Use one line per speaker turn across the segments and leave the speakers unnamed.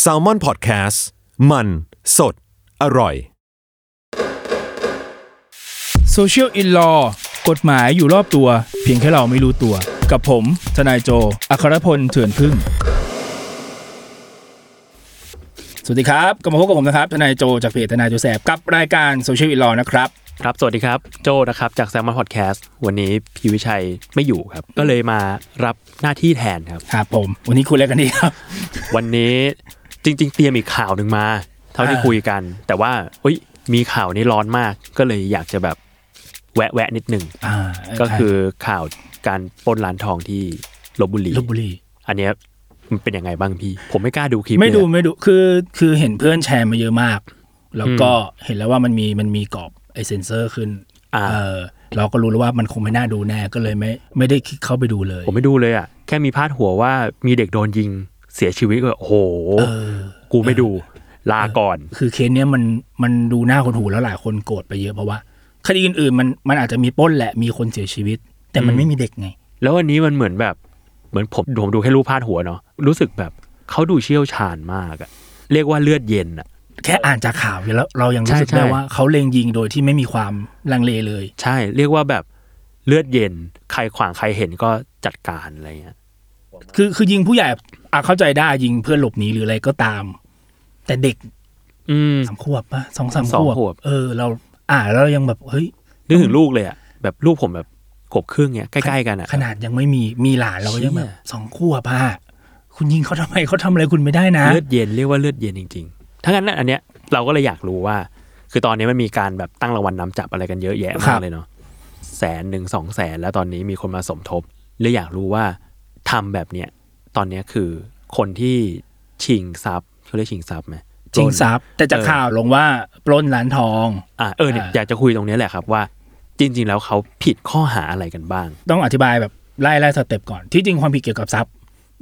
แซลมอนพอดแคสต์มันสดอร่อย
Social in Law กฎหมายอยู่รอบตัว เพียงแค่เราไม่รู้ตัว กับผม ทนายโจ อัครพลเถื่อนพึ่ง สวัสดีครับกลับมาพบกับผมนะครับ ทนายโจจากเพจทนายโจแสบกับรายการ Social in Law นะครับ
ครับ สวัสดีครับโจนะครับจากแซมมอนพอดแคสต์วันนี้พี่วิชัยไม่อยู่ครับ ก็เลยมารับหน้าที่แทนครับ
ครับผม วันนี้คุยอะไรกันดีครับ
วันนี้จริง ๆ เตรียมอีกข่าวหนึ่งมา เท่าที่
อ่า
คุยกัน แต่ว่าอุ๊ยมีข่าวนี้ร้อนมากก็เลยอยากจะแบบแวะแวะๆนิดหนึ่ง
อ่า
ก็คือข่าวการปล้นร้านทองที่ลบบุรี
ลบบุรี
อันเนี้ยมันเป็นยังไงบ้างพี่ ผมไม่กล้าดูคลิป
ไม่ดู
เลย
ไม่ดูคือคือเห็นเพื่อนแชร์มาเยอะมาก แล้วก็เห็นแล้วว่ามันมีมันมีกรอบไอเซนเซอร์ขึ้น
อ่า
เออเราก็รู้แล้วว่ามันคงไม่น่าดูแน่ก็เลยไม่ไม่ได้คลิกเข้าไปดูเลย
ผมไม่ดูเลยอ่ะแค่มีพาดหัวว่ามีเด็กโดนยิงเสียชีวิตก็โอ้โหกูไม่ดูลาก่อน
คือเคสเนี้ยมันมันดูหน้าคนหูแล้วหลายคนโกรธไปเยอะเพราะว่าคดีอื่นๆมันมันอาจจะมีปล้นแหละมีคนเสียชีวิต แต่มันไม่มีเด็กไง
แล้ววันนี้มันเหมือนแบบเหมือนผมผมดูแค่รูปพาดหัวเนาะรู้สึกแบบเขาดูเชี่ยวชาญมากอะเรียกว่าเลือดเย็นอะ
แค่อ่านจากข่าวเนี่ยแล้วเรายังรู้สึก
ใช่ใช่
ได้ว่าเขาเล็งยิงโดยที่ไม่มีความลังเลเลย
ใช่เรียกว่าแบบเลือดเย็น ใครขวางใครเห็นก็จัดการอะไรเงี้ย
คือคือยิงผู้ใหญ่อาเข้าใจได้ยิงเพื่อหลบหนีหรืออะไรก็ตาม แต่เด็ก
อืม
สามขวบปะสองสาม
สอง
ขวบ
ขวบ
เออ เราอ่านแล้วเรายังแบบเฮ้ย
นึกถึงลูกเลยอะแบบลูกผมแบบขวบครึ่งเนี้ยใกล้ๆกันอะ
ขนาดยังไม่มีมีหลานเราก็ยังแบบ
เชี่ย
สองขวบอะคุณยิงเขาทำไมเขาทำอะไรคุณไม่ได้นะ
เลือดเย็นเรียกว่าเลือดเย็นจริงๆทั้งนั้นนะอันเนี้ยเราก็เลยอยากรู้ว่า คือตอนนี้มันมีการแบบตั้งรางวัลนำจับอะไรกันเยอะแยะ
ครั
มาก
บ
เลยเนาะแสนหนึ่งสองแสนแล้วตอนนี้มีคนมาสมทบเลยอยากรู้ว่าทำแบบเนี้ยตอนเนี้ยคือคนที่ชิงทรัพย์เขาเรียกชิงทรัพย์ไหม
จริงทรัพย์แต่จาก
เออ
ข่าวลงว่าปล้นร้านทอง
อ่าเออเนี่ยอยากจะคุยตรงเนี้ยแหละครับว่า จริง ๆ แล้วเขาผิดข้อหาอะไรกันบ้าง
ต้องอธิบายแบบไล่ไล่สเต็ปก่อนที่จริงความผิดเกี่ยวกับทรัพย์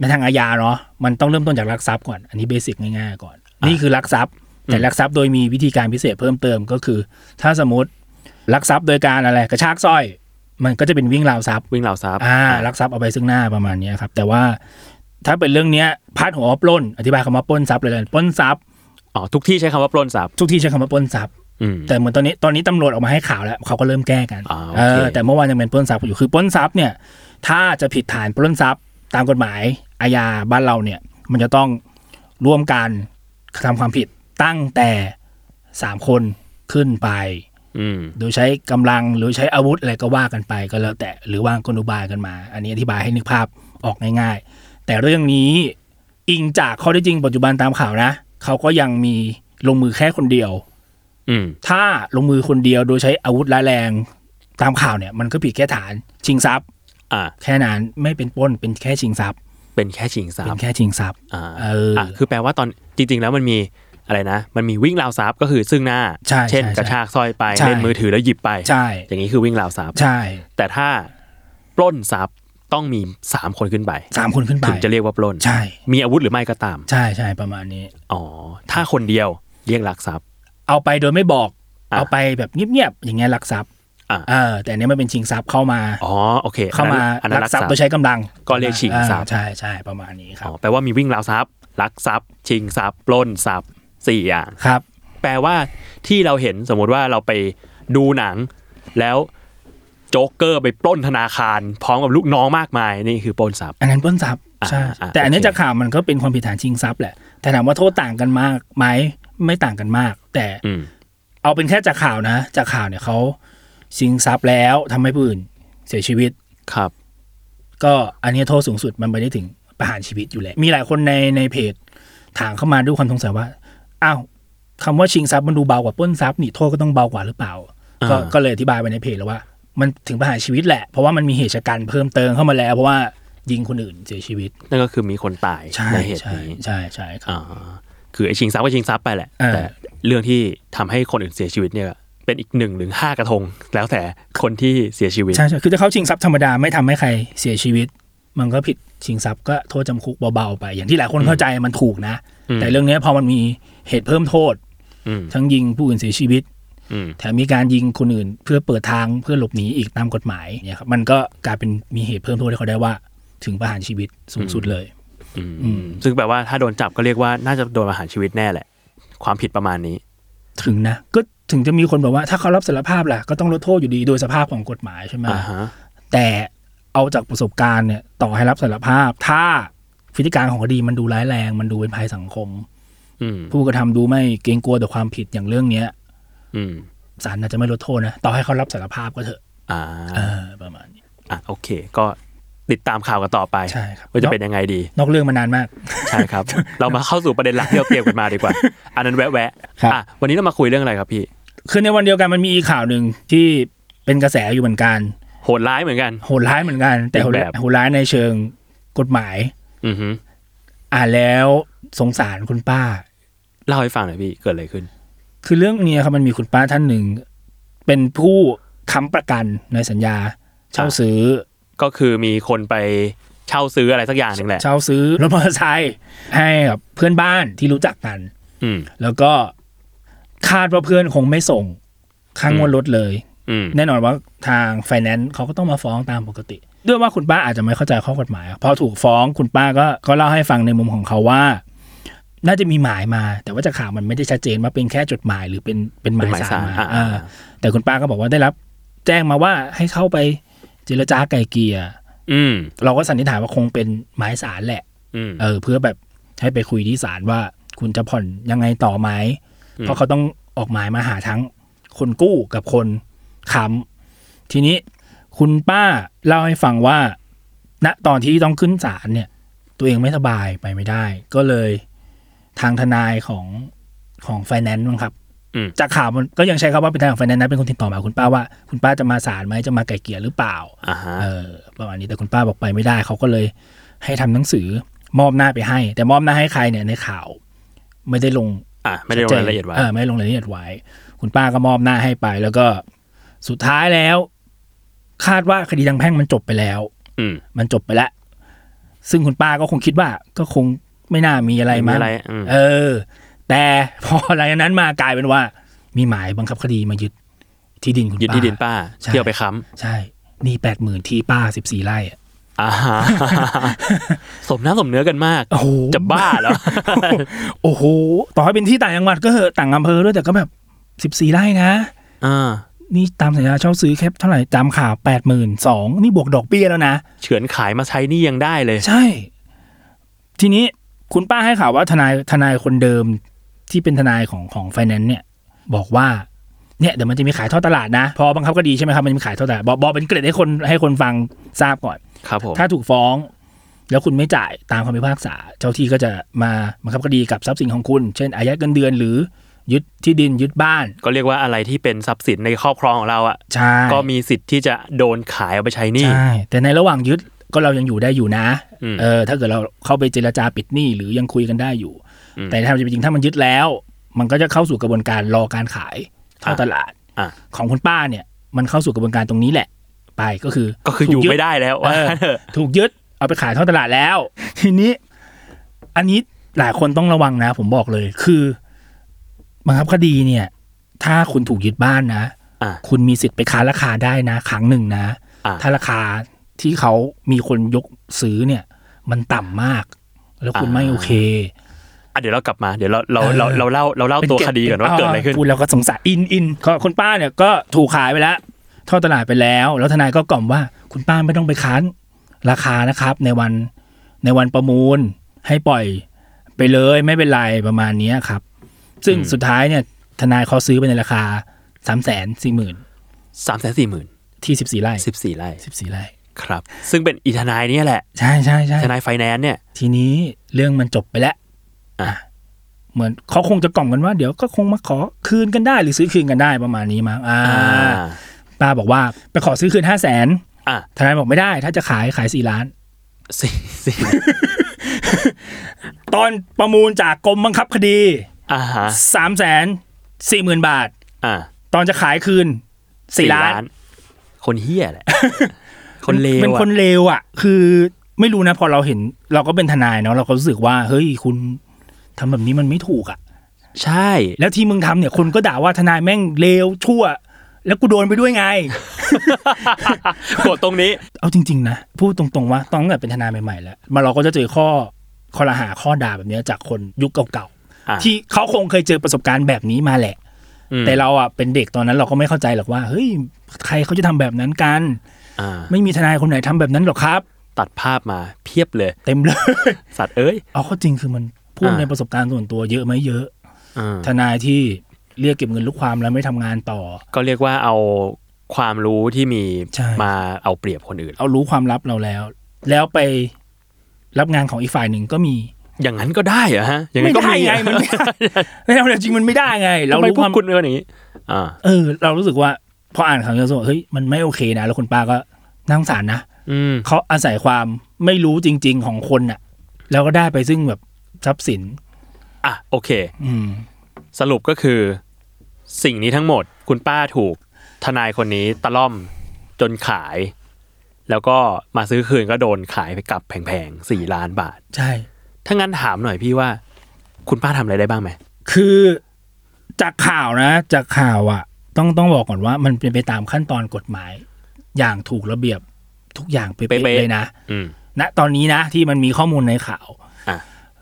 ในทางอาญาเนาะมันต้องเริ่มต้นจากลักทรัพย์ก่อนอันนี้เบสิกง่ายๆก่อน นี่คือลักทรัพย์ แต่ลักทรัพย์โดยมีวิธีการพิเศษเพิ่มเติมก็คือ ถ้าสมมติลักทรัพย์โดยการอะไรกระชากสร้อย มันก็จะเป็นวิ่งราวทรัพย์
วิ่งราวทรัพย์
อ่าลักทรัพย์เอาไปซึ่งหน้าประมาณเนี้ยครับแต่ว่าถ้าเป็นเรื่องเนี้ยพาดหัวว่าปล้น อธิบายคำว่าปล้นทรัพย์เลยเลยปล้นทรัพย์
อ๋อทุกที่ใช้คำว่าปล้นทรัพย์
ทุกที่ใช้คำว่าปล้นทรัพย์
อืม
แต่เหมือนตอนนี้ตอนนี้ตำรวจออกมาให้ข่าวแล้วเขาก็เริ่มแก้กัน
อ่าโอ
เอ
เค
อแต่เมื่อวานยังเป็นปล้นทรัพย์อยู่คือปล้นทรัพย์เนี่ย ถ้าจะผิดฐานปล้นทรัพย์ ตามกฎหมายอาญาบ้านเราเนี่ย มันจะต้องร่วมกันกระทำความผิดตั้งแต่สามคนขึ้นไป
อืม
โดยใช้กำลังหรือใช้อาวุธอะไรก็ว่ากันไปก็แล้วแต่หรือวางกลอุบายกันมา อันนี้อธิบายให้นึกภาพออกง่ายๆ แต่เรื่องนี้อิงจากข้อเท็จจริงปัจจุบันตามข่าวนะเขาก็ยังมีลงมือแค่คนเดียว
อืม
ถ้าลงมือคนเดียวโดยใช้อาวุธร้ายแรงตามข่าวเนี่ย มันก็ผิดแค่ฐานชิงทรัพย์
อ่า
แค่นั้นไม่เป็นปล้นเป็นแค่ชิงทรัพย์
เป็นแค่ชิงทรั
เป็
พ
น
ย์
แค่ชิงทรัพย์
อ่า
เอออ่
ะคือแปลว่าตอนจริง ๆ แล้วมันมีอะไรนะ มันมีวิ่งราวทรัพย์ก็คือซึ่งหน้า
ใช่
เช่น
ใช่ใช่
กระชากสร้อยไป
ใช่
เล่นมือถือแล้วหยิบไป
ใช่
อย่างนี้คือวิ่งราวทรัพย์
ใช่
แต่ถ้าปล้นทรัพย์ต้องมีสามคนขึ้นไป
สามคนขึ้นไป
ถึงจะเรียกว่าปล้น
ใช่
มีอาวุธหรือไม่ก็ตาม
ใช่ใช่ประมาณนี้
อ๋อถ้าคนเดียวเรียกลักทรัพย์
เอาไปโดยไม่บอก
อ่ะ
เอาไปแบบเงียบๆอย่างเงี้ยลักทรัพย์
อ่ะ
เออแต่อันเนี้ยมันเป็นชิงทรัพย์เข้ามา
อ๋อโอเค
เข้ามา
อันนั้น
ลั
ลั
ก
ก
ท
ท
รั
รั
พย์
พย์
โดยใช้กำลัง
ก็เรียกชิงทรัพย์
อ่าใช่ใช่ประมาณนี้ครั
อ๋
บ
อแปลว่ามีวิ่งราวทรัพย์ลักทรัพย์ ชิงทรัพย์ปล้นทรัพย์สี่อย่าง
ครับ
แปลว่าที่เราเห็นสมมติว่าเราไปดูหนัง แล้วโจ๊กเกอร์ไปปล้นธนาคาร พร้อมกับลูกน้องมากมายนี่คือปล้นทรัพย์
อันนั้นปล้นทรัพย์
อ่า
ใช่
อ่า
แต่อันเนี้ย
โอเค
จากข่าวมันก็เป็นความผิดฐานชิงทรัพย์แหละแต่ถามว่าโทษต่างกันมากไหมไม่ต่างกันมาก แต่
อืม
เอาเป็นแค่จากข่าวนะ จากข่าวเนี่ยเขาชิงทรัพย์แล้วทำให้ผู้อื่นเสียชีวิต
ครับ
ก็อันเนี้ยโทษสูงสุดมันไปได้ถึงประหารชีวิตอยู่แหละมีหลายคนในในเพจถามเข้ามาด้วยความสงสัยว่าอ้าวคำว่าชิงทรัพย์มันดูเบากว่าปล้นทรัพย์นี่โทษก็ต้องเบากว่าหรือเปล่า ก็
อ่า
ก็เลยอธิบายไปในเพจแล้วว่า มันถึงประหารชีวิตแหละเพราะว่ามันมีเหตุชะกันเพิ่มเติมเข้ามาแล้ว เพราะว่า ยิงคนอื่นเสียชีวิต
นั่นก็คือมีคนตาย
ใช่
ในเหตุ
ใช่
นี้
ใช่ใช่ครั
อ่า
บ
คือไอ้ชิงทรัพย์ก็ชิงทรัพย์ไปแหละ
เออ
แต่เรื่องที่ทำให้คนอื่นเสียชีวิตเนี่ยเป็นอีกหนึ่งหรือห้ากระทง แล้วแต่คนที่เสียชีวิต
ใช่ใช่คือถ้าเขาชิงทรัพย์ธรรมดาไม่ทำให้ใครเสียชีวิต มันก็ผิดชิงทรัพย์ก็โทษจำคุกเบาๆไป อย่างที่หลายคนเข้าใจมันถูกนะ
อืม
แต่เรื่องเนี้ยพอมันมีเหตุเพิ่มโทษ
อืม
ทั้งยิงผู้อื่นเสียชีวิต
อืม
แถมมีการยิงคนอื่นเพื่อเปิดทางเพื่อหลบหนีอีกตามกฎหมายเนี่ยครับมันก็กลายเป็นมีเหตุเพิ่มโทษให้เขาได้ว่า ถึงประหารชีวิตสูงสุดเลย
อืมอืมซึ่งแปลว่าถ้าโดนจับก็เรียกว่าน่าจะโดนประหารชีวิตแน่แหละ ความผิดประมาณนี้
ถึงนะก็ถึงจะมีคนบอกว่าถ้าเขารับสารภาพล่ะก็ต้องลดโทษอยู่ดีโดยสภาพของกฎหมายใช่ไหม
อ่าฮะ
แต่เอาจากประสบการณ์เนี่ยต่อให้รับสารภาพ ถ้าพฤติการของคดีมันดูร้ายแรง มันดูเป็นภัยสังคม
อืม
ผู้กระทำดูไม่เกรงกลัวต่อความผิดอย่างเรื่องเนี้ย
อืม
ศาลอาจจะไม่ลดโทษนะต่อให้เขารับสารภาพก็เถอะ
อ่า
เออประมาณนี้
อ่ะโอเค ก็ติดตามข่าวกันต่อไป
ใช่ครับ
ว่าจะ
เนาะ
เป็นยังไงดี
นอกเรื่องมานานมาก
ใช่ ครับ เรามาเข้าสู่ประเด็นหลักที่เราเตรียมกันมาดีกว่า อันนั้นแวะแวะ
ครับ
อ่ะวันนี้เรามาคุยเรื่องอะไรครับพี่
คือในวันเดียวกันมันมีอีกข่าวหนึ่งที่เป็นกระแสอยู่เหมือนกัน
โหดร้ายเหมือนกัน
โหดร้ายเหมือนกัน แต่โหดร้าย
แบบ
โหดร้ายในเชิงกฎหมาย
อือฮึ
อ่านแล้วสงสารคุณป้า
เล่าให้ฟังหน่อยพี่เกิดอะไรขึ้น
คือเรื่องเนี้ยครับมันมีคุณป้าท่านหนึ่ง เป็นผู้ค้ำประกันในสัญญา เช่าซื้อ
ก็คือมีคนไปเช่าซื้ออะไรสักอย่างหนึ่งแหละ
เช่าซื้อรถมอเตอร์ไซค์ให้กับเพื่อนบ้านที่รู้จักกัน
อืม
แล้วก็คาดว่าเพื่อนคงไม่ส่งค่างงวดรถเลย
อืม
แน่นอนว่าทางไฟแนนซ์เขาก็ต้องมาฟ้องตามปกติ ด้วยว่าคุณป้าอาจจะไม่เข้าใจข้อกฎหมาย พอถูกฟ้องคุณป้าก็ก็เล่าให้ฟังในมุมของเขาว่า น่าจะมีหมายมา แต่ว่าจากข่าวมันไม่ได้ชัดเจนว่าเป็นแค่จดหมายหรือเป็นเป็นหมายสารมา
อ่ะ
อ่าแต่คุณป้าก็บอกว่าได้รับ แจ้งมาว่าให้เข้าไปเจรจาไกลเกลีย
อืม
เราก็สันนิษฐานว่าคงเป็นหมายสารแหละ
อืม
เออเพื่อแบบให้ไปคุยที่ศาลว่าคุณจะผ่อนยังไงต่อไหม
อืม
เพราะเขาต้องออกหมายมาหาทั้งคนกู้กับคนค้ำทีนี้คุณป้าเล่าให้ฟังว่า ณตอนที่ต้องขึ้นศาลเนี่ย ตัวเองไม่สบายไปไม่ได้ ก็เลยทางทนายของของไฟแนนซ์มั้งครับ
ม
จากข่าวมันก็ยังใช้คำว่าเป็นทางของไฟแนนซ์นะเป็นคนติดต่อมาคุณป้าว่าคุณป้าจะมาศาลไหมจะมาไกลเกลี่ยหรือเปล่า
อ่าฮะ
เออประมาณนี้แต่คุณป้าบอกไปไม่ได้ เขาก็เลยให้ทำหนังสือมอบหน้าไปให้ แต่มอบหน้าให้ใครเนี่ยในข่าว ไม่ได้ลง
อ่ะไม่ได้ลงรายละเอียดไว้
ออไม่ได้ลงรายละเอียดไว้ คุณป้าก็มอบหน้าให้ไป แล้วก็สุดท้ายแล้ว คาดว่าคดีทางแพ่งมันจบไปแล้ว
อืม
มันจบไปแล้ว ซึ่งคุณป้าก็คงคิดว่า ก็คงไม่น่ามีอะไร
มี
มั้ง
อะไรอืม
เออ แต่พอ หลังจากนั้นมากลายเป็นว่า มีหมายบังคับคดีมายึดที่ดินคุณป้า
ยึดที่ดินป้า
ใช่
เที่ยวไปค้
ใช่หนี่แปดหมื่นที่ป้าสิบสี่ไร่อะ
ำอ่าฮะ สมน้ำสมเนื้อกันมาก
โอ้โห
จะบ้าแล้ว
โอ้โห ต่อให้เป็นที่ต่างจังหวัดก็เหอะต่างอำเภอด้วยแต่ก็แบบสิบสี่ไร่นะ
อ่า
นี่ตามสัญญาเช่าซื้อแคปเท่าไหร่ตามข่าวแปดหมื่นสองนี่บวกดอกเบี้ยแล้วนะ
เฉือนขายมาใช้หนี่ยังได้เลย
ใช่ ทีนี้คุณป้าให้ข่าวว่าทนายทนายคนเดิมที่เป็นทนายของของไฟแนนซ์เนี่ย บอกว่าเนี่ยเดี๋ยวมันจะมีขายทอดตลาดนะ พอบังคับคดีใช่ไหมครับมันจะมีขายทอดตลาดบอกบอกเป็นเกร็ดให้คนให้คนฟังทราบก่อน
ครับผม
ถ้าถูกฟ้อง แล้วคุณไม่จ่ายตามคำพิพากษา เจ้าที่ก็จะมาบังคับคดีกับทรัพย์สินของคุณ เช่นอายัดเงินเดือนหรือ ยึดที่ดินยึดบ้าน
ก็เรียกว่าอะไรที่เป็นทรัพย์สินในครอบครองของเราอ่ะ
ใช่
ก็มีสิทธิ์ที่จะโดนขายเอาไปใช้หนี่
ใช่ แต่ในระหว่างยึดก็เรายังอยู่ได้อยู่นะ
อืม
เออถ้าเกิดเราเข้าไปเจรจาปิดหนี้หรือยังคุยกันได้อยู่
อืม
แต่ถ้าจริงๆถ้ามันยึดแล้ว มันก็จะเข้าสู่กระบวนการรอการขายเท่า
อ่ะ
ตลาด
อ่ะ
ของคุณป้าเนี่ย มันเข้าสู่กระบวนการตรงนี้แหละ ไปก็คือ
ก็คืออยู่
ถู
ไม่
ด
ได้แล้ว
เอ
ว่า
อ
งั้นเถอะ
ถูกยึดเอาไปขายท่อตลาดแล้ว ทีนี้ อันนี้หลายคนต้องระวังนะ ผมบอกเลย คือบังคับคดีเนี่ย ถ้าคุณถูกยึดบ้านนะ
อ่ะ
คุณมีสิทธิ์ไปค้านราคาได้นะ ครั้งหนึ่งนะ
อ่ะ
ถ้าราคาที่เขามีคนยกซื้อเนี่ย มันต่ำมาก แล้วคุณไม่โอเค
อ่ะเดี๋ยวเรากลับมาเดี๋ยวเราเรา
เออ
เราเราเล่าเราเล่าตัวคดีก่อนว่าเกิดอะไรขึ้น
พูดแล้วก็สงสารอินอินก็คุณป้าเนี่ยก็ถูกขายไปแล้วเข้าตลาดไปแล้ว แล้วทนายก็กล่อมว่าคุณป้าไม่ต้องไปค้านราคานะครับ ในวันในวันประมูลให้ปล่อยไปเลยไม่เป็นไรประมาณเนี้ยครับ ซึ่ง
อืม
สุดท้ายเนี่ยทนายเขาซื้อไปในราคาสามแสนสี่หมื่น
สามแสนสี่หมื่น
ที่สิบสี่ไร่
สิบสี่ไร่
สิบสี่ไร่
ครับ ซึ่งเป็นอีทนายเนี่ยแหละ
ใช่ใช่ใช่
ทนายไฟแนนซ์เนี่ย
ทีนี้เรื่องมันจบไปแล้ว
อ่ะ
เหมือนเขาคงจะกล่อมกันว่าเดี๋ยวก็คงมาขอคืนกันได้หรือซื้อคืนกันได้ประมาณนี้มั้งอ่า ป้าบอกว่าไปขอซื้อคืนห้าแสน
อ่ะ
ทนายบอกไม่ได้ ถ้าจะขายขายสี่ล้าน
สี่สี่
ตอนประมูลจากกรมบังคับคดี
อ่าฮะ
สามแสนสี่หมื่นบาท
อ่า
ตอนจะขายคืนสี่ล้าน
คนเฮี้ยแหละ คนเลว
เป็น
อะ
คนเลวอ่ะ คือไม่รู้นะ พอเราเห็นเราก็เป็นทนายเนาะเราก็รู้สึกว่า เฮ้ยคุณทำแบบนี้มันไม่ถูกอ่ะ
ใช่
แล้วที่มึงทำเนี่ยคนก็ด่าว่าทนายแม่งเลวชั่ว แล้วกูโดนไปด้วยไง
กดตรงนี้
เอาจริง ๆ นะ พูดตรงๆว่าตอนตั้งแต่เป็นทนายใหม่ๆแล้วมาเราก็จะเจอข้อข้อรหาข้อด่าแบบเนี้ยจากคนยุคเก่า
อ่ะ
ๆที่เขาคงเคยเจอประสบการณ์แบบนี้มาแหละ
อืม
แต่เราอ่ะเป็นเด็กตอนนั้นเราก็ไม่เข้าใจหรอกว่าเฮ้ยใครเขาจะทำแบบนั้นกัน
อ่า
ไม่มีทนายคนไหนทำแบบนั้นหรอกครับ
ตัดภาพมาเพียบเลย
เต็มเลย
สัตว์เอ้ย
เอาเข้อจริงคือมันพูด
อ่า
ในประสบการณ์ส่วนตัวเยอะไหมเยอะ
อ่า
ทนายที่เรียกเก็บเงินลูกความแล้วไม่ทำงานต่อ
ก็เรียกว่าเอาความรู้ที่มี
ใช่
มาเอาเปรียบคนอื่น
เอารู้ความลับเราแล้ว แล้วไปรับงานของอีกฝ่ายหนึ่งก็มี
อย่างนั้นก็ได้เหรอะฮะอย่างนั้
ไม่
นก็
ได้
มี
ไงมันไม่ ได้แล้วจริงๆมันไม่ได้ไง เรา
ทำไม
รู้
พว
ค
ก
วาม
คุณเป็นอย่างนี้ อ่า
เออ เรารู้สึกว่าพออ่านข่าวเยอะส่วนเฮ้ยมันไม่โอเคนะแล้วคุณป้าก็น่าสงสารนะ
อืม
เขาอาศัยความไม่รู้จริง ๆของคนน่ะ แล้วก็ได้ไปซึ่งแบบทรัพย์สิน
อ่ะโอเค
อืม
สรุปก็คือ สิ่งนี้ทั้งหมด คุณป้าถูก ทนายคนนี้ตะล่อมจนขาย แล้วก็มาซื้อคืนก็โดนขายไปกลับแพงๆสี่ล้านบาท
ใช่
ถ้างั้นถามหน่อยพี่ว่า คุณป้าทำอะไรได้บ้างไหม
คือจากข่าวนะ จากข่าวอะต้องต้องบอกก่อนว่ามันเป็นไปตามขั้นตอนกฎหมาย อย่างถูกระเบียบทุกอย่างเป๊ะๆเลยนะ
อืม
ณตอนนี้นะที่มันมีข้อมูลในข่าว
อ่ะ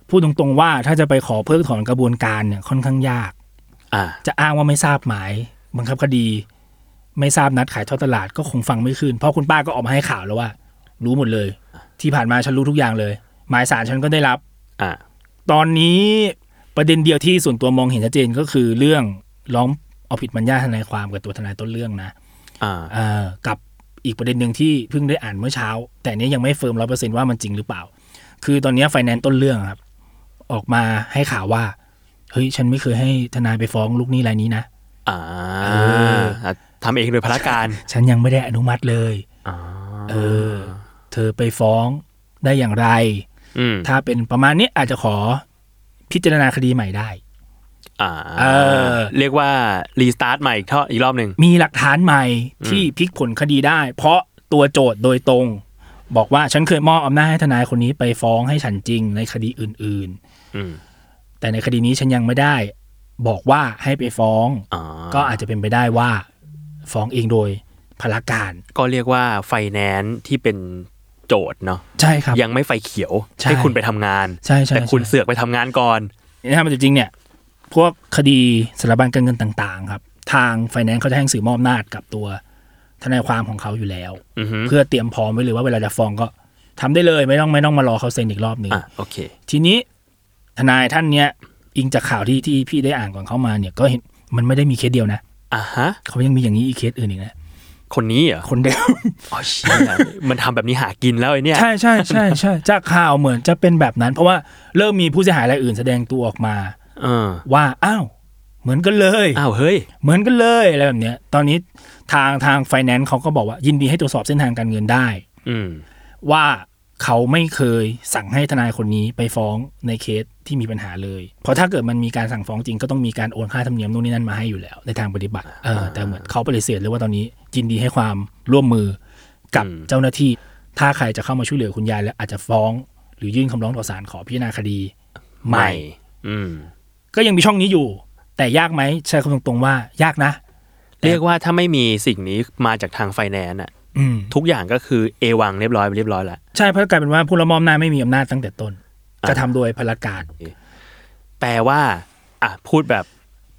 พูดตรงๆว่าถ้าจะไปขอเพิกถอนกระบวนการเนี่ยค่อนข้างยาก
อ่า
จะอ้างว่าไม่ทราบหมายบังคับคดี ไม่ทราบนัดขายทอดตลาดก็คงฟังไม่ขึ้นเพราะคุณป้าก็ออกมาให้ข่าวแล้วว่า รู้หมดเลย ที่ผ่านมาฉันรู้ทุกอย่างเลย หมายสารฉันก็ได้รับ
อ่า
ตอนนี้ประเด็นเดียวที่ส่วนตัวมองเห็นชัดเจนก็คือเรื่องร้องเอาผิดบรรยาทนายความกับตัวทนายต้นเรื่องนะ
อ่า
เอ่อกับอีกประเด็นหนึ่งที่เพิ่งได้อ่านเมื่อเช้า แต่เนี้ยยังไม่เฟิร์มร้อเปอร์เซ็นว่ามันจริงหรือเปล่า คือตอนเนี้ไฟแนนซ์ต้นเรื่องครับ ออกมาให้ข่าวว่า เฮ้ย ฉันไม่เคยให้ทนายไปฟ้องลูกหนี้รายนี้นะ
อ่าอ่ะทำเองโดยพละการ
ฉันยังไม่ได้อนุมัติเลย
อ่า
เออ เธอไปฟ้องได้อย่างไร
อืม
ถ้าเป็นประมาณนี้อาจจะขอพิจารณาคดีใหม่ได้
อ่า
เออ
เรียกว่า รีสตาร์ทใหม่อีกเท่าอีกรอบหนึ่ง
มีหลักฐานใหม่ที่พลิกผลคดีได้ เพราะตัวโจทย์โดยตรง บอกว่าฉันเคยมอบอำนาจให้ทนายคนนี้ไปฟ้องให้ฉันจริงในคดีอื่น
อืม
ๆ แต่ในคดีนี้ฉันยังไม่ได้ บอกว่าให้ไปฟ้อง
อ่า
ก็อาจจะเป็นไปได้ว่า ฟ้องเองโดยพลการ
ก็เรียกว่าไฟแนนซ์ที่เป็นโจทย์เนาะ
ใช่ครับ
ยังไม่ไฟเขียว
ใช่
ให้คุณไปทำงาน
ใช่ใช่
แต่คุณ
ใช่
เสือกไปทำงานก่อน
เนี่ยมันจริงๆเนี่ย พวกคดีสารบัญการเงินต่างๆ ครับ ทางไฟแนนซ์เขาจะให้หนังสื่อมอบอำนาจกับตัวทนายความของเขาอยู่แล้ว
อือฮึ
เพื่อเตรียมพร้อมไว้เลยว่าเวลาจะฟ้องก็ทำได้เลยไม่ต้องไม่ต้องมารอเขาเซ็นอีกรอบหนึ่ง
อ่ะโอเค
ทีนี้ทนายท่านเนี้ยอิงจากข่าวที่ที่พี่ได้อ่านก่อนเข้ามาเนี่ยก็เห็นมันไม่ได้มีเคสเดียวนะ
อ่ะฮะ
เขายังมีอย่างนี้อีกเคสอื่นอีกนะ
คนนี้เหรอ
คนเดียว
อ๋อเชี่ยมันทำแบบนี้หากินแล้วไอเนี่ย
ใช่ใช่ใช่ใช่ จากข่าวเหมือนจะเป็นแบบนั้น เพราะว่าเริ่มมีผู้เสียหายรายอื่นแสดงตัวออกมา
เออ
ว่าอ้าวเหมือนกันเลย
อ้าวเฮ้ย
เหมือนกันเลยอะไรแบบเนี้ย ตอนนี้ทางทางไฟแนนซ์เขาก็บอกว่ายินดีให้ตรวจสอบเส้นทางการเงินได้
อืม
ว่าเขาไม่เคยสั่งให้ทนายคนนี้ไปฟ้องในเคสที่มีปัญหาเลย เพราะถ้าเกิดมันมีการสั่งฟ้องจริงก็ต้องมีการโอนค่าธรรมเนียมนู่นนี่นั่นมาให้อยู่แล้วในทางปฏิบัติเออแต่เหมือนเขาปฏิเสธเลยว่าตอนนี้ยินดีให้ความร่วมมือกับ
อืม
เจ้าหน้าที่ ถ้าใครจะเข้ามาช่วยเหลือคุณยายแล้วอาจจะฟ้อง หรือยื่นคำร้องต่อศาลขอพิจารณาคดีใหม่
อืม
ก็ยังมีช่องนี้อยู่ แต่ยากไหมใช้คำตรงๆว่ายากนะ
เรียกว่าถ้าไม่มีสิ่งนี้มาจากทางไฟแนนซ์อะ
อืม
ทุกอย่างก็คือเอวังเรียบร้อยไปเรียบร้อยละ
ใช่เพราะกลายเป็นว่าผู้ละมอมหน้าจไม่มีอำนาจตั้งแต่ต้นกระทำโดยพลการ
แปลว่า อ่ะพูดแบบ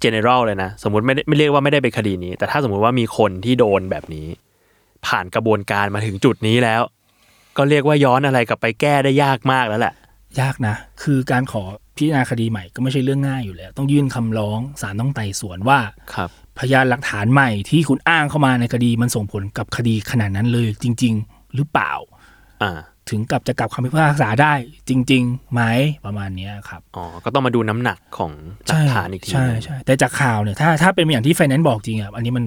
general เลยนะ สมมติไม่ได้ไม่เรียกว่าไม่ได้เป็นคดีนี้ แต่ถ้าสมมุติว่ามีคนที่โดนแบบนี้ ผ่านกระบวนการมาถึงจุดนี้แล้ว ก็เรียกว่าย้อนอะไรกลับไปแก้ได้ยากมากแล้วแหละ
ยากนะ คือการขอพิจารณาคดีใหม่ก็ไม่ใช่เรื่องง่ายอยู่แล้ว ต้องยื่นคำร้องศาลต้องไต่สวนว่า
ครับ
พยานหลักฐานใหม่ที่คุณอ้างเข้ามาในคดีมันส่งผลกับคดีขนาดนั้นเลยจริง ๆ หรือเปล่า
อ่า
ถึงกับจะกลับคำพิพากษาได้จริงๆไหมประมาณเนี้ยครับ
อ๋อ ก็ต้องมาดูน้ำหนักของหลักฐานอีกที
ใช่
หนึ่ง
ใช่แต่จากข่าวเนี่ยถ้าถ้าเป็นอย่างที่ไฟแนนซ์บอกจริงอ่ะอันนี้มัน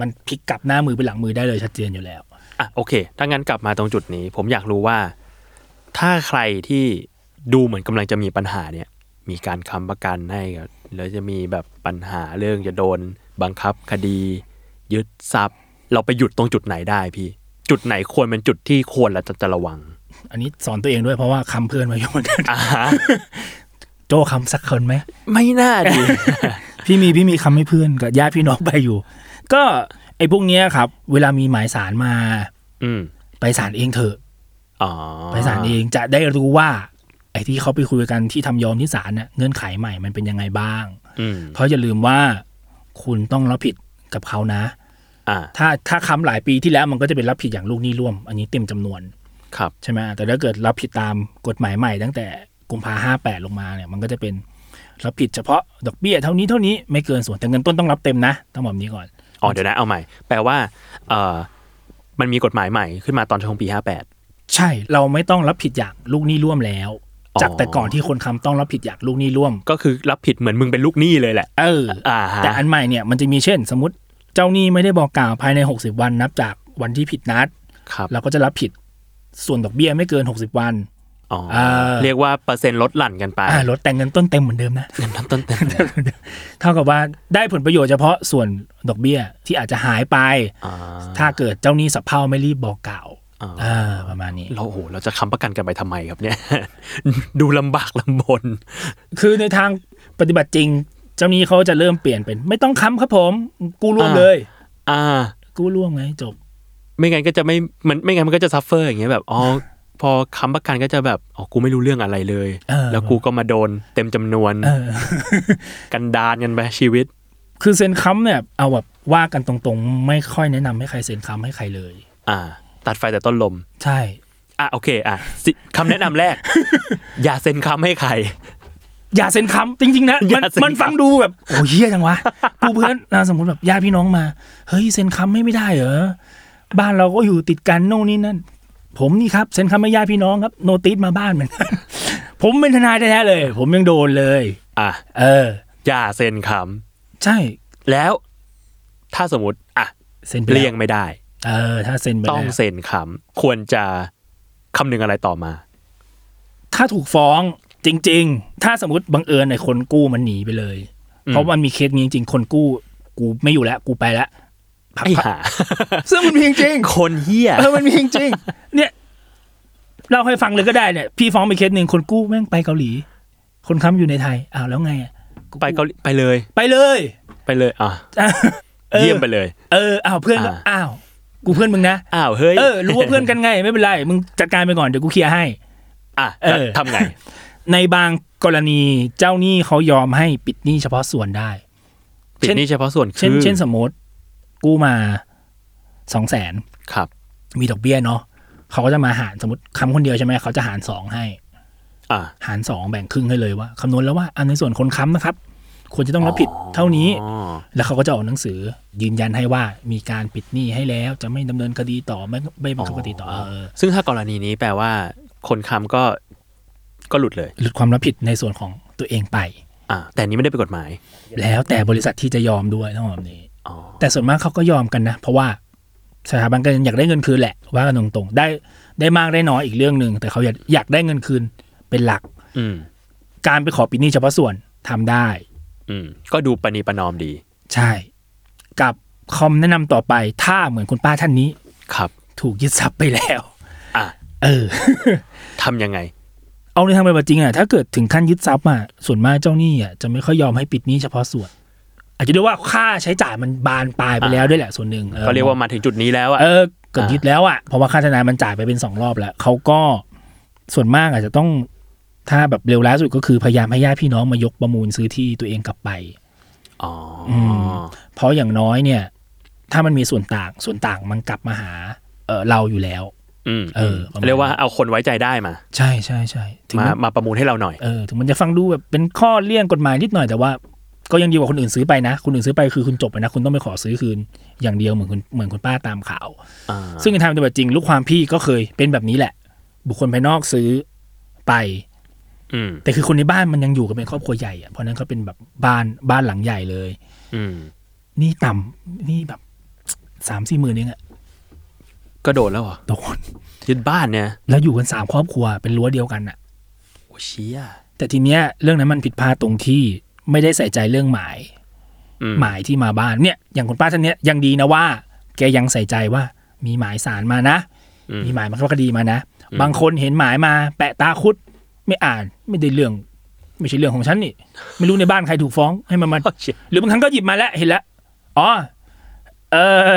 มันพลิกกลับหน้ามือไปหลังมือได้เลยชัดเจนอยู่แล้ว
อ่ะโอเค ถ้างั้นกลับมาตรงจุดนี้ ผมอยากรู้ว่า ถ้าใครที่ดูเหมือนกำลังจะมีปัญหาเนี่ย มีการค้ำประกันให้กับแล้วจะมีแบบปัญหาเรื่องจะโดนบังคับคดี ยึดทรัพย์ เราไปหยุดตรงจุดไหนได้พี่ จุดไหนควรเป็นจุดที่ควรและจะระวัง
อันนี้สอนตัวเองด้วยเพราะว่าคำเพื่อนมาอยู่เหมือนกัน
อ่าฮะ
โจคำสักคนไหม
ไม่น่าดี
พี่มีพี่มีคำให้เพื่อนกับญาติพี่น้องไปอยู่ ก็ไอ้พวกเนี้ยครับ เวลามีหมายสารมา
อืม
ไปศาลเองเถอะ
อ๋อ
ไปศาลเองจะได้รู้ว่า ไอ้ที่เขาไปคุยกันที่ทำยอมที่ศาลน่ะเงื่อนไขใหม่มันเป็นยังไงบ้าง
อืม
เพราะอย่าลืมว่าคุณต้องรับผิดกับเขานะ
อ่า
ถ้าถ้าค้ำหลายปีที่แล้วมันก็จะเป็นรับผิดอย่างลูกหนี้ร่วม อันนี้เต็มจำนวน
ครับ
ใช่ไหมแต่ถ้าเกิดรับผิดตามกฎหมายใหม่ตั้งแต่กุมภาห้าแปดลงมาเนี่ยมันก็จะเป็นรับผิดเฉพาะดอกเบี้ยเท่านี้เท่านี้ไม่เกินส่วนแต่เงินต้นต้องรับเต็มนะต้องบอกแบบนี้ก่อน
อ๋อเดี๋ยวนะเอาใหม่ แปลว่าเออมันมีกฎหมายใหม่ขึ้นมาตอนช่วงปี 58
ใช่เราไม่ต้องรับผิดอย่างลูกหนี้ร่วมแล้ว
อ๋อ
จากแต่ก่อนที่คนค้ำต้องรับผิดอย่างลูกหนี้ร่วม
ก็คือรับผิดเหมือนมึงเป็นลูกหนี้เลยแหละ
เออ
อ่าฮะ
แต่อันใหม่เนี่ยมันจะมีเช่น สมมติเจ้าหนี้ไม่ได้บอกกล่าวภายใน 60 วันนับจากวันที่ผิดนัด
ครับ
เราก็จะรับผิดส่วนดอกเบี้ยไม่เกิน 60 วัน
อ๋ออา เรียกว่าเปอร์เซ็นต์ลดหลั่นกันไป
อ่าลดแต่เงินต้นเต็มเหมือนเดิมนะ
เงินต้นต้นเต็ม
เท่ากับว่าได้ผลประโยชน์เฉพาะส่วนดอกเบี้ยที่อาจจะหายไป
อ่า
ถ้าเกิดเจ้าหนี้สับเพร่าไม่รีบบอกกล่าว
อ่า
อ่าประมาณนี้
เราโอ้โหเราจะค้ำประกันกันไปทำไมครับเนี่ย ดูลำบากลำบน
คือในทางปฏิบัติจริง เจ้าหนี้เขาจะเริ่มเปลี่ยนเป็น ไม่ต้องค้ำครับผมกู้ร่วม
อ่า
เลย
อ่า
กู้ร่วมไงจบ
ไม่งั้นก็จะไม่มันไม่งั้นมันก็จะซัฟเฟอร์อย่างเงี้ยแบบอ๋อพอค้ำประกันก็จะแบบอ๋อกูไม่รู้เรื่องอะไรเลย
เออ
แล้วกูก็มาโดนเต็มจำนวน
เอ อ
กันดานกันไปชีวิต
คือเซ็นค้ำเนี่ยเอาแบบว่ากันตรงๆ ไม่ค่อยแนะนำให้ใครเซ็นค้ำให้ใครเลย
อ่า ตัดไฟแต่ต้นลม
ใช่
อ่ะโอเคอ่ะสิคำแนะนำแรก อย่าเซ็นคำให้ใคร
อย่าเซ็นค้ำจริงๆนะ
อย่า
มัน
เซ็นค้ำ
มันฟังดูแบบโอ้เฮี้ยจั งวะ กูเพื่อนนะสมมติแบบญาติพี่น้องมา เฮ้ยเซ็นค้ำให้ไม่ได้เหรอบ้านเราก็อยู่ติดกันโน่นนี่นั่นผมนี่ครับเซ็นค้ำให้ญาติพี่น้องครับโนติสมาบ้านเหมือน กัน ผมเป็นทนายแท้ๆเลย ผมยังโดนเลย
อ่ะ
เออ
อย่าเซ็นคำ
ใช่
แล้วถ้าสมมติอ่ะ
เซ็นไป
เลี่ยง
แว
ไม่ได้
เออ ถ้าเซ็นไป
ต้อง
แล้ว
เซ็นคำควรจะคำนึงอะไรต่อมา
ถ้าถูกฟ้องจริง ๆ ถ้าสมมติบังเอิญในคนกู้มันหนีไปเลย เพราะมันมีเคสนี้จริงๆ คนกู้ กูไม่อยู่แล้ว กูไปแล้วพัก
ไอ้
พัก
หา
ซึ่งมันมีจริงๆ
คนเฮีย
เออมันมีจริงๆเนี่ยเล่าให้ฟังเลยก็ได้เนี่ย พี่ฟ้องไปเคสหนึ่งคนกู้แม่งไปเกาหลี คนค้ำอยู่ในไทยอ้าวแล้วไงอะ
ไปเกาหลีไปเลย
ไปเลย
ไปเลยอ่ะ
อ่ะออ
เยี่ยมไปเลย
เอออ้าวเพื่อนก็
อ่า
อ้าวกูเพื่อนมึงนะ
อ้าวเฮ้ย
เออรู้ว่าเพื่อนกันไง ไม่เป็นไรมึงจัดการไปก่อนเดี๋ยวกูเคลียร์ให้
อ่ะ
เออ
ทำไง
ในบางกรณีเจ้าหนี้เขายอมให้ปิดหนี้เฉพาะส่วนได้
ปิด
เช่น
หนี่เฉพาะส่วนคื
เช่น
อ
เช่นสมมติกู้มาสองแสน
ครับ
มีดอกเบี้ยเนาะเขาก็จะมาหารสมมติคำคนเดียวใช่ไหมเขาจะหารสองให้
อ่ะ
หารสองแบ่งครึ่งให้เลยว่าคำนวณแล้วว่าอันในส่วนคนค้ำนะครับควรจะต้องรับผิดเท่านี้
อ๋อ
แล้วเขาก็จะออกหนังสือ ยืนยันให้ว่ามีการปิดหนี้ให้แล้ว จะไม่ดำเนินคดีต่อไม่ไม่บังคับคดีต่อเออ
ซึ่งถ้ากรณีนี้แปลว่า คนค้ำก็ก็หลุดเลย
หลุดความรับผิดในส่วนของตัวเองไป
อ่ะแต่อันนี้ไม่ได้เป็นกฎหมาย
แล้วแต่บริษัทที่จะยอมด้วยทั้งหมดนี้
อ๋อ
แต่ส่วนมากเขาก็ยอมกันนะ เพราะว่าสถาบันการเงินอยากได้เงินคืนแหละว่ากันตรงๆได้ได้มากได้น้อยอีกเรื่องหนึ่งแต่เขาอยากอยากได้เงินคืนเป็นหลัก
อืม
การไปขอปิดหนี้เฉพาะส่วนทำได้
อืม ก็ดูปณีประนอมดี
ใช่ กับคอมแนะนำต่อไปถ้าเหมือนคุณป้าท่านนี้
ครับ
ถูกยึดทรัพย์ไปแล้ว
อ่ะ
เออ
ทำยังไง
เอาในทางปฏิบัติจริงอะถ้าเกิดถึงขั้นยึดทรัพย์อะส่วนมากเจ้าหนี้อะจะไม่ค่อยยอมให้ปิดหนี้เฉพาะส่วน อาจจะด้วยว่าค่าใช้จ่ายมันบานปลายไปแล้วด้วยแหละส่วนหนึ่งออ
ก็เรียกว่ามาถึงจุดนี้แล้วอ่ะ
เออเกิดยึดแล้วอ่ะเพราะว่าค่าทนายมันจ่ายไปเป็นสองรอบแล้วเขาก็ส่วนมากอาจจะต้องถ้าแบบเร็วร้ายสุดก็คือพยายามให้ญาติพี่น้องมายกประมูลซื้อที่ตัวเองกลับไป
อ๋ออ
เพราะอย่างน้อยเนี่ย ถ้ามันมีส่วนต่างส่วนต่างมันกลับมาหาเออเราอยู่แล้ว
อืม
เออประมณ
เรียกว่าเอาคนไว้ใจได้มา
ใช่ใช่ใช่ถึง
มา
มัน
มาประมูลให้เราหน่อย
เออถึงมันจะฟังดูแบบเป็นข้อเลี่ยงกฎหมายนิดหน่อยแต่ว่า ก็ยังดีกว่าคนอื่นซื้อไปนะคนอื่นซื้อไปคือคุณจบไปนะ คุณต้องไปขอซื้อคืน อย่างเดียวเหมือนคุณเหมือนคุณป้าตามข่าว
อ่า
ซึ่งในทางปฏิบัติจริงลูกความพี่ก็เคยเป็นแบบนี้แหละ บุคคลภายนอกซื้อไป
อืม
แต่คือคนในบ้านมันยังอยู่กันเป็นครอบครัวใหญ่อะเพราะนั้นเขาเป็นแบบบ้านบ้านหลังใหญ่เลย
อืม
นี่ต่ำนี่แบบสามสี่หมื่นเองอะ
ก็โดนแล้วเหรอ
โดน
ยึดบ้านเนี่ย
แล้วอยู่กันสามครอบครัวเป็นรั้วเดียวกันน่ะ
โอ้เชี่ย
แต่ทีเนี้ยเรื่องนั้นมันผิดพลาดตรงที่ไม่ได้ใส่ใจเรื่องหมาย
อืม
หมายที่มาบ้านเนี่ยอย่างคุณป้าท่านเนี้ยยังดีนะว่า แกยังใส่ใจว่ามีหมายสารมานะ
อืม
มีหมายมาเข้าคดีมานะ
อืม
บางคนเห็นหมายมา แปะตาคุด ไม่อ่านไม่ได้เรื่อง ไม่ใช่เรื่องของฉันนี่ ไม่รู้ในบ้านใครถูกฟ้องให้มันมา
โอ้เชี่ย
หรือบางครั้งก็หยิบมาแล้วเห็นแล้วอ๋อเออ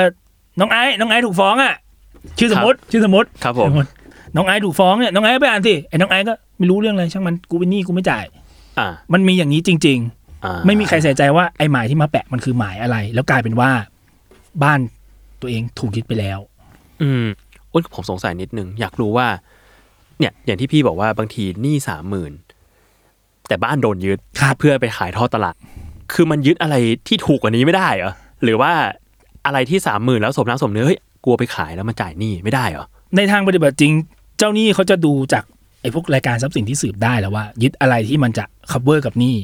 น้องไอ้น้องไอ้ถูกฟ้องอ่ะ ชื่อสมมติชื่อสมมติ
ครับผม
สติน้องไอ้ถูกฟ้องเนี่ยน้องไอ้ไปอ่านสิไอ้น้องไอ้ก็ไม่รู้เรื่องเลยช่างมันกูเป็นหนี้กูไม่จ่าย
อ่า
มันมีอย่างนี้จริง
อ่า
ๆ ไม่มีใครใส่ใจว่าไอ้หมายที่มาแปะมันคือหมายอะไร แล้วกลายเป็นว่าบ้านตัวเองถูกยึดไปแล้ว
อืมอุ้ยผมสงสัยนิดนึง อยากรู้ว่า เนี่ย อย่างที่พี่บอกว่าบางทีหนี้สามหมื่นแต่บ้านโดนยึด
ครับ
เพื่อไปขายท่อตลาด คือมันยึดอะไรที่ถูกกว่านี้ไม่ได้เหรอหรือว่าอะไรที่สามหมื่นแล้วสมน้ำสมเนื้อเฮ้ยกลัวไปขายแล้วมาจ่ายหนี้ไม่ได้เหรอ
ในทางปฏิบัติจริง เจ้าหนี้เขาจะดูจากไอ้พวกรายการทรัพย์สินที่สืบได้แล้วว่า ยึดอะไรที่มันจะ cover กับหนี้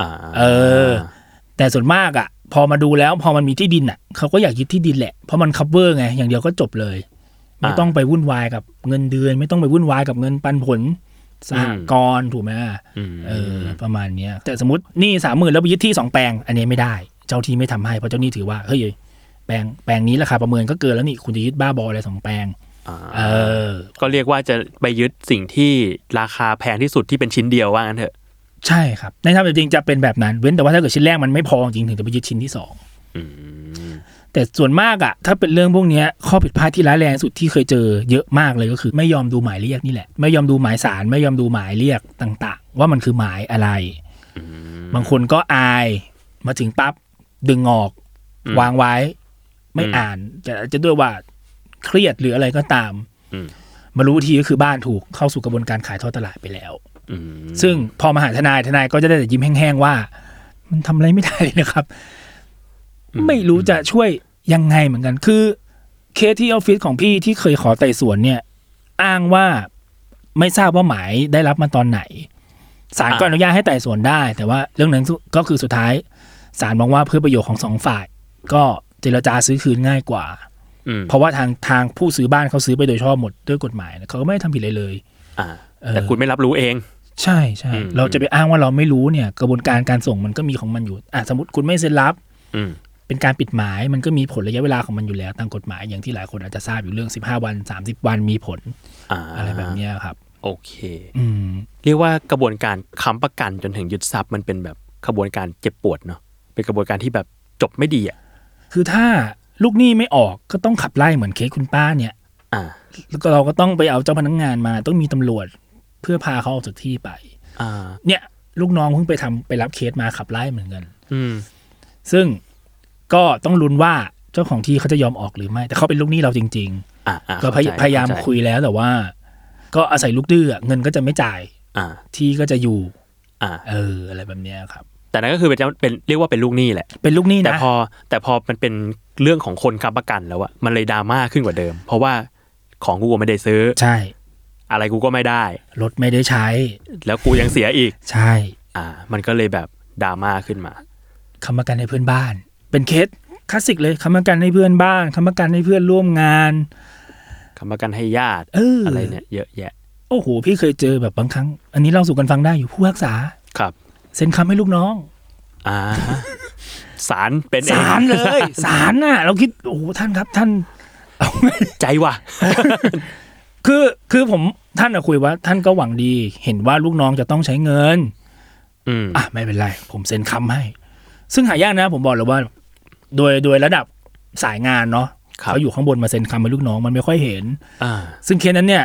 อ่า
เออ แต่ส่วนมากอ่ะ พอมาดูแล้วพอมันมีที่ดินอ่ะเขาก็อยากยึดที่ดินแหละเพราะมัน cover ไงอย่างเดียวก็จบเลย ไม่ต้องไปวุ่นวายกับเงินเดือน ไม่ต้องไปวุ่นวายกับเงินปันผลสหกรณ์ถูกไหม
ม
เออประมาณเนี้ยแต่สมมติหนี่สามหมื่นแล้วไปยึดที่สองแปลง อันนี้ไม่ได้ เจ้าที่ไม่ทำให้เพราะเจ้าหนี้ถือว่าเฮ้ยแปลงแปลงนี้ราคาประเมินก็เกินแล้วนี่คุณจะยึดบ้าบออะไรสองแปลง
า
เออ
ก็เรียกว่าจะไปยึดสิ่งที่ราคาแพงที่สุดที่เป็นชิ้นเดียวว่างั้นเถอะ
ใช่ครับในทางปฏิบัติจริงจะเป็นแบบนั้นเว้นแต่ว่าถ้าเกิดชิ้นแรกมันไม่พอจริงถึงจะไปยึดชิ้นที่สอง
อืม
แต่ส่วนมากอะถ้าเป็นเรื่องพวกเนี้ยข้อผิดพลาดที่ร้ายแรงสุดที่เคยเจอเยอะมากเลยก็คือ ไม่ยอมดูหมายเรียกนี่แหละ ไม่ยอมดูหมายสารไม่ยอมดูหมายเรียกต่าง ๆ ว่ามันคือหมายอะไร บางคนก็อายมาถึงปั๊บดึงออก วางไว้ ไม่อ่านจะจะด้วยว่าเครียดหรืออะไรก็ตาม มารู้ทีก็คือบ้านถูกเข้าสู่กระบวนการขายทอดตลาดไปแล้ว
อืม
ซึ่งพอมาหาทนายทนายก็จะได้แต่ยิ้มแห้งๆว่า มันทำอะไรไม่ได้เลยนะครับ ไม่รู้จะช่วยยังไงเหมือนกัน คือเคสที่ออฟฟิศของพี่ที่เคยขอไต่สวนเนี่ย อ้างว่าไม่ทราบว่าหมายได้รับมาตอนไหนศาลก็อนุญาตให้ไต่สวนได้ แต่ว่าเรื่องนั้นก็คือสุดท้ายศาลมองว่าเพื่อประโยชน์ของสองฝ่าย ก็เจรจาซื้อคืนง่ายกว่า
อืม
เพราะว่าทางทางผู้ซื้อบ้านเขาซื้อไปโดยชอบหมดด้วยกฎหมายนะเขาก็ไม่ได้ทำผิดเลยเลย
อ่า
เออ
แต่คุณไม่รับรู้เอง
ใช่ใช่
อืม
เราจะไปอ้างว่าเราไม่รู้เนี่ย กระบวนการการส่งมันก็มีของมันอยู่อ่ะสมมติคุณไม่เซ็นรับ
อืม
เป็นการปิดหมายมันก็มีผลระยะเวลาของมันอยู่แล้วตามกฎหมายอย่างที่หลายคนอาจจะทราบอยู่เรื่อง 15 วัน 30 วันมีผล
อา
อะไรแบบเนี้ยครับ
โอเค
อืม
เรียกว่ากระบวนการค้ำประกันจนถึงยึดทรัพย์มันเป็นแบบกระบวนการเจ็บปวดเนาะเป็นกระบวนการที่แบบจบไม่ดีอ่ะ
คือถ้าลูกหนี้ไม่ออกก็ต้องขับไล่เหมือนเคสคุณป้าเนี่ย
อ่า
แล้วก็เราก็ต้องไปเอาเจ้าพนักงงานมา ต้องมีตำรวจเพื่อพาเขาออกจากที่ไป
อ่า
เนี่ย ลูกน้องเพิ่งไปทำไปรับเคสมาขับไล่เหมือนกัน
อืม
ซึ่งก็ต้องลุ้นว่าเจ้าของที่เขาจะยอมออกหรือไม่ แต่เขาเป็นลูกหนี้เราจริง ๆ
อ่าอ่า
ก็
เข้
พย
ใจ
พยายาม
เข้ใจ
คุยแล้วแต่ว่า ก็อาศัยลูกดื้ออะเงินก็จะไม่จ่าย
อ่า
ที่ก็จะอยู่
อ่า
เออ อะไรแบบเนี้ยครับ
แต่นั่นก็คือเป็นเจ้าเป็นเรียกว่าเป็นลูกหนี้แหละ
เป็นลูกหนี้
แต่
นะ
พอแต่พอมันเป็นเรื่องของคนค้ำประกันแล้วอะมันเลยดราม่าขึ้นกว่าเดิม เพราะว่าของกูก็ไม่ได้ซื้อ
ใช่
อะไรกูก็ไม่ได้
รถไม่ได้ใช้
แล้วกูยังเสียอีก
ใช่
อ่า มันก็เลยแบบดราม่าขึ้นมา
ค้ำประกันให้เพื่อนบ้าน เป็นเคสคลาสสิกเลยค้ำประกันให้เพื่อนบ้านค้ำประกันให้เพื่อนร่วมงาน
ค้ำประกันให้ญาติ
เอออ
อะไรเนี่ยเยอะแยะ
โอ้โห พี่เคยเจอแบบบางครั้ง อันนี้เล่าสู่กันฟังได้อยู่ผู้พิพักษา
ครับ
เซ็นคำให้ลูกน้อง
อ่า สารเป็นเอง
ศาลเลย ศาลน่ะ เราคิดโอ้โหท่านครับท่าน
ใจว่ะ
คือคือผมท่านอะคุยว่า ท่านก็หวังดี เห็นว่าลูกน้องจะต้องใช้เงิน
อืม
อ่ะไม่เป็นไร ผมเซ็นค้ำให้ ซึ่งหายากนะ ผมบอกเลยว่า โดยโดยระดับสายงานเนาะเขาอยู่ข้างบนมาเซ็นค้ำให้ลูกน้องมันไม่ค่อยเห็น
อ่า
ซึ่งเคสนั้นเนี่ย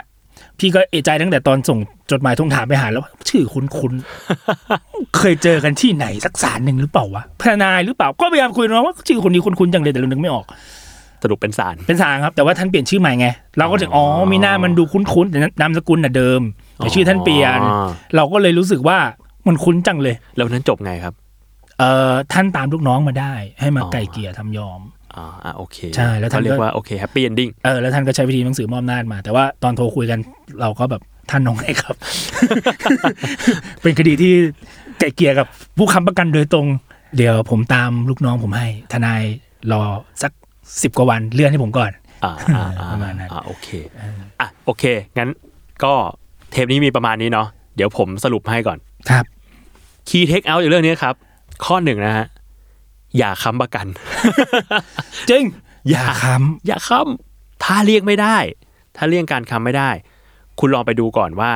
พี่ก็เอะใจตั้งแต่ตอนส่งจดหมายทวงถามไปหาแล้วว่าชื่อคุณคุณ เคยเจอกันที่ไหนสักสารหนึ่งหรือเปล่าวะพนายหรือเปล่าก็พยายามคุยน้องว่าชื่อคนนี้คุณคุณจังเลยแต่เรานึกไม่ออก
สรุปเป็นสาร
เป็นสารครับแต่ว่าท่านเปลี่ยนชื่อใหม่ไงเราก็ถึงอ๋อ
อ๋อ
มีหน้ามันดูคุ้นๆแต่นามสกุลน่ะเดิม แต่ชื่อท่านเปลี่ยน
อ๋อ
เราก็เลยรู้สึกว่ามันคุ้นจังเลย
แล้ววันนั้นจบไงครับ
เอ่อท่านตามลูกน้องมาได้ ให้มา
อ๋อ
ไก่เกลี่ยทำยอม
อ่าอ่าโอเค
ใช่แล้วท่าน
เขาเรีย
ก็
กว่าโอเคแฮปปี้เอนดิ้ง
เออแล้วท่านก็ใช้วิธีหนังสือมอบอำนาจมา แต่ว่าตอนโทรคุยกันเราก็แบบท่านน้องไงครับ เป็นคดีที่ไก่เกลี่ยกับผู้ค้ำประกันโดยตรง เดี๋ยวผมตามลูกน้องผมให้ ทนายรอสักสิบกว่าวันเลื่อนให้ผมก่อน
อ่าอ่าอ่า
ประมาณนั้น
อ่าโอเคอ่ะโอเค งั้นก็เทปนี้มีประมาณนี้เนาะเดี๋ยวผมสรุปให้ก่อน
ครับ
คีย์เทคเอาท์จากเรื่องนี้ครับ ข้อหนึ่งนะฮะ อย่าค้ำประกัน
จริงอย่าค้
อย่าค้ำถ้าเลี่ยงไม่ได้ ถ้าเลี่ยงการค้ำไม่ได้ คุณลองไปดูก่อนว่า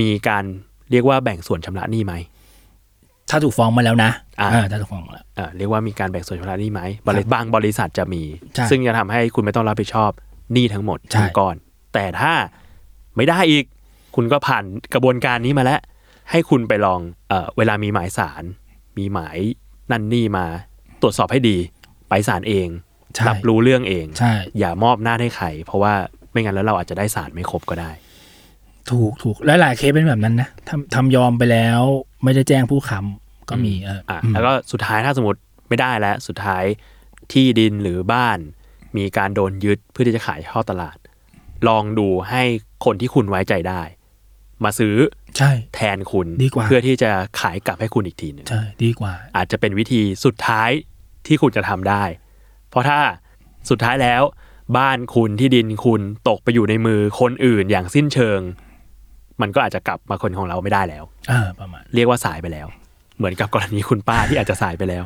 มีการเรียกว่าแบ่งส่วนชำระหนี้ไหม
ำถ้าถูกฟ้องมาแล้วนะ
อ่า
อ่าถ้าถูกฟ้องมาแล้ว
เอ่อเรียกว่ามีการแบ่งส่วนชำระหนี้ไหมบริ
ครับ
บางบริษัทจะมี
ใช่
ซึ่งจะทำให้คุณไม่ต้องรับผิดชอบหนี้ทั้งหมด
ใช่
ทั้งก้อน แต่ถ้าไม่ได้อีก คุณก็ผ่านกระบวนการนี้มาแล้ว ให้คุณไปลองเออเวลามีหมายสาร มีหมายนั่นนี่มา ตรวจสอบให้ดี ไปศาลเอง
ใช่
รับรู้เรื่องเอง
ใช่
อย่ามอบหน้าให้ใคร เพราะว่าไม่งั้นแล้วเราอาจจะได้สารไม่ครบก็ได้
ถูกถูกและหลายเคสเป็นแบบนั้นนะทำทำยอมไปแล้ว ไม่ได้แจ้งผู้ค้ำก็มีเอออ
อ่ะแล้วก็สุดท้ายถ้าสมมติไม่ได้แล้ว สุดท้ายที่ดินหรือบ้าน มีการโดนยึดเพื่อที่จะขายเข้าตลาด ลองดูให้คนที่คุณไว้ใจได้ มาซื้อ
ใช่
แทนคุณ
ดีกว่า
เพื่อที่จะขายกลับให้คุณอีกทีหนึ่ง
ใช่ดีกว่า
อาจจะเป็นวิธีสุดท้ายที่คุณจะทำได้ เพราะถ้าสุดท้ายแล้ว บ้านคุณที่ดินคุณตกไปอยู่ในมือคนอื่นอย่างสิ้นเชิง มันก็อาจจะกลับมาคนของเราไม่ได้แล้ว
เออประมาณ
เรียกว่าสายไปแล้ว เหมือนกับกรณีคุณป้าที่อาจจะสายไปแล้ว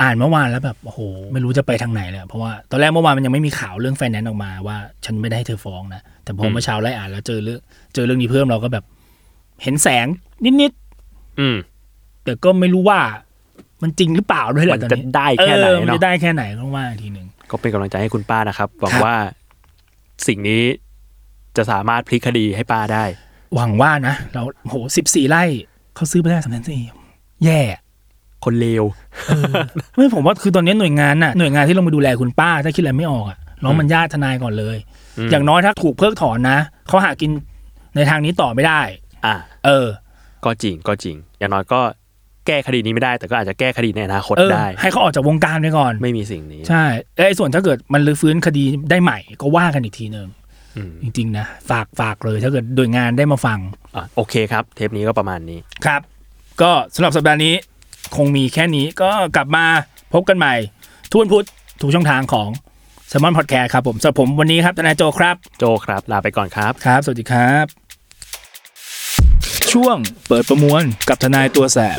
อ่านเมื่อวานแล้วแบบโอ้โหไม่รู้จะไปทางไหนเลยอะเพราะว่าตอนแรกเมื่อวานมันยังไม่มีข่าวเรื่องไฟแนนซ์ออกมาว่า ฉันไม่ได้ให้เธอฟ้องนะ แต่พอ
ม
เมื่อเช้าไล่อ่านแล้วเจอเรื่องเจอเรื่องนี้เพิ่มเราก็แบบ เห็นแสงนิด
อืม
ๆแต่ก็ไม่รู้ว่า มันจริงหรือเปล่าด้วยแหละ
มัน
ตอน
จะ
นี้
ได้แค่ไหน
ออมั
เนอะ
จะได้แค่ไหนต้องว่าอีกทีหนึ่ง
ก็เป็นกำลังใจให้คุณป้านะครับหวัง
ครับ
ว่าสิ่งนี้จะสามารถพลิกคดีให้ป้าได้
หวังว่านะเราโหสิบสี่ไร่เขาซื้อไปได้สามแสนสี่แย่อะ
คนเลว
ไม่ผมว่าคือตอนนี้หน่วยงานน่ะหน่วยงานที่ลงมาดูแลคุณป้าถ้าคิดอะไรไม่ออกอะร้อง
อืม
มันญาติทนายก่อนเลย อย่างน้อยถ้าถูกเพิกถอนนะเขาหากินในทางนี้ต่อไม่ได้
อ่ะ
เออ
ก็จริงก็จริง อย่างน้อยก็แก้คดีนี้ไม่ได้ แต่ก็อาจจะแก้คดีในอนาคต
เออ
ได้
ให้เขาออกจากวงการไปก่อน
ไม่มีสิ่งนี้
ใช่เอ้ยส่วนถ้าเกิดมันรื้อฟื้นคดีได้ใหม่ก็ว่ากันอีกทีหนึ่ง
อืม
จริง ๆ นะ ฝากฝากเลยถ้าเกิดโดยงานได้มาฟัง
อ่ะโอเคครับ เทปนี้ก็ประมาณนี้
ครับ ก็สำหรับสัปดาห์นี้ คงมีแค่นี้ก็กลับมาพบกันใหม่ ทุกวันพุธทุกช่องทางของ s ซ m o n Podcast ครับผมสำหรับผมวันนี้ครับทนายโจครับ
โจครับ ลาไปก่อนครับ
ครับ สวัสดีครับ ช่วงเปิดประมวลกับทนายตัวแสบ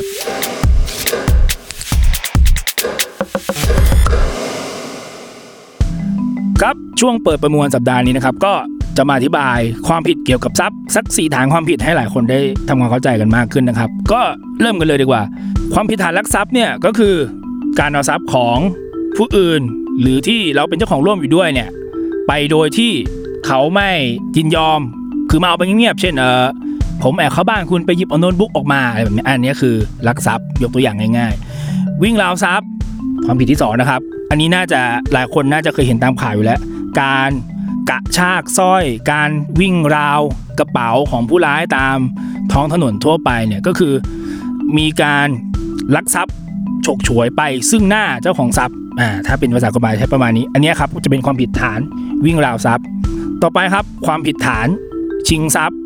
ครับช่วงเปิดประมวลสัปดาห์นี้นะครับ ก็จะมาอธิบายความผิดเกี่ยวกับทรัพย์สักสี่ฐานความผิดให้หลายคนได้ทำความเข้าใจกันมากขึ้นนะครับ ก็เริ่มกันเลยดีกว่า ความผิดฐานลักทรัพย์เนี่ยก็คือการเอาทรัพย์ของผู้อื่น หรือที่เราเป็นเจ้าของร่วมอยู่ด้วยเนี่ยไปโดยที่เขาไม่ยินยอม คือมาเอาไปเงียบๆเช่นเออผมแอบเข้าบ้านคุณไปหยิบเอาโน้ตบุ๊กออกมาอะไรแบบนี้อันนี้คือลักทรัพย์ยกตัวอย่างง่าย ๆ วิ่งราวทรัพย์ ความผิดที่สองนะครับ อันนี้น่าจะหลายคนน่าจะเคยเห็นตามข่าวอยู่แล้ว การกระชากสร้อย การวิ่งราวกระเป๋าของผู้ร้ายตามท้องถนนทั่วไปเนี่ยก็คือมีการลักทรัพย์ฉกฉวยไปซึ่งหน้าเจ้าของทรัพย์อ่าถ้าเป็นภาษากฎหมายใช้ประมาณนี้ อันเนี้ยครับจะเป็นความผิดฐานวิ่งราวทรัพย์ ต่อไปครับความผิดฐานชิงทรัพย์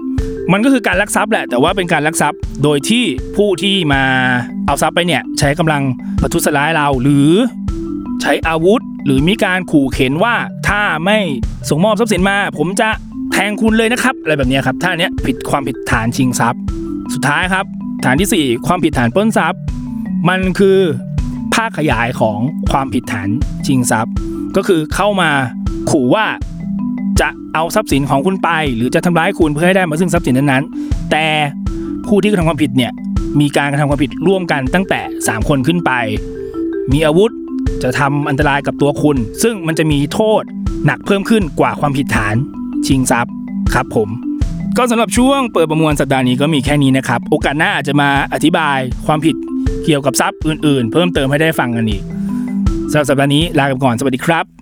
มันก็คือการลักทรัพย์แหละแต่ว่าเป็นการลักทรัพย์โดยที่ผู้ที่มาเอาทรัพย์ไปเนี่ยใช้กำลังประทุษร้ายเราหรือใช้อาวุธ หรือมีการขู่เข็นว่าถ้าไม่ส่งมอบทรัพย์สินมา ผมจะแทงคุณเลยนะครับอะไรแบบเนี้ยครับถ้าอันเนี้ยผิดความผิดฐานชิงทรัพย์ สุดท้ายครับ ฐานทีสี่ 4 ความผิดฐานปล้นทรัพย์ มันคือภาคขยายของความผิดฐานชิงทรัพย์ ก็คือเข้ามาขู่ว่า จะเอาทรัพย์สินของคุณไป หรือจะทำร้ายคุณเพื่อให้ได้มาซึ่งทรัพย์สินนั้นๆ แต่ผู้ที่กระทำความผิดเนี่ยมีการกระทำความผิดร่วมกันตั้งแต่ 3 คนขึ้นไป มีอาวุธจะทำอันตรายกับตัวคุณ ซึ่งมันจะมีโทษหนักเพิ่มขึ้นกว่าความผิดฐานชิงทรัพย์ครับผม ก็สำหรับช่วงเปิดประมวลสัปดาห์นี้ก็มีแค่นี้นะครับ โอกาสหน้าอาจจะมาอธิบายความผิดเกี่ยวกับทรัพย์อื่นๆ เพิ่มเติมให้ได้ฟังกันอีกสำหรับสัปดาห์นี้ลากันก่อนสวัสดีครับ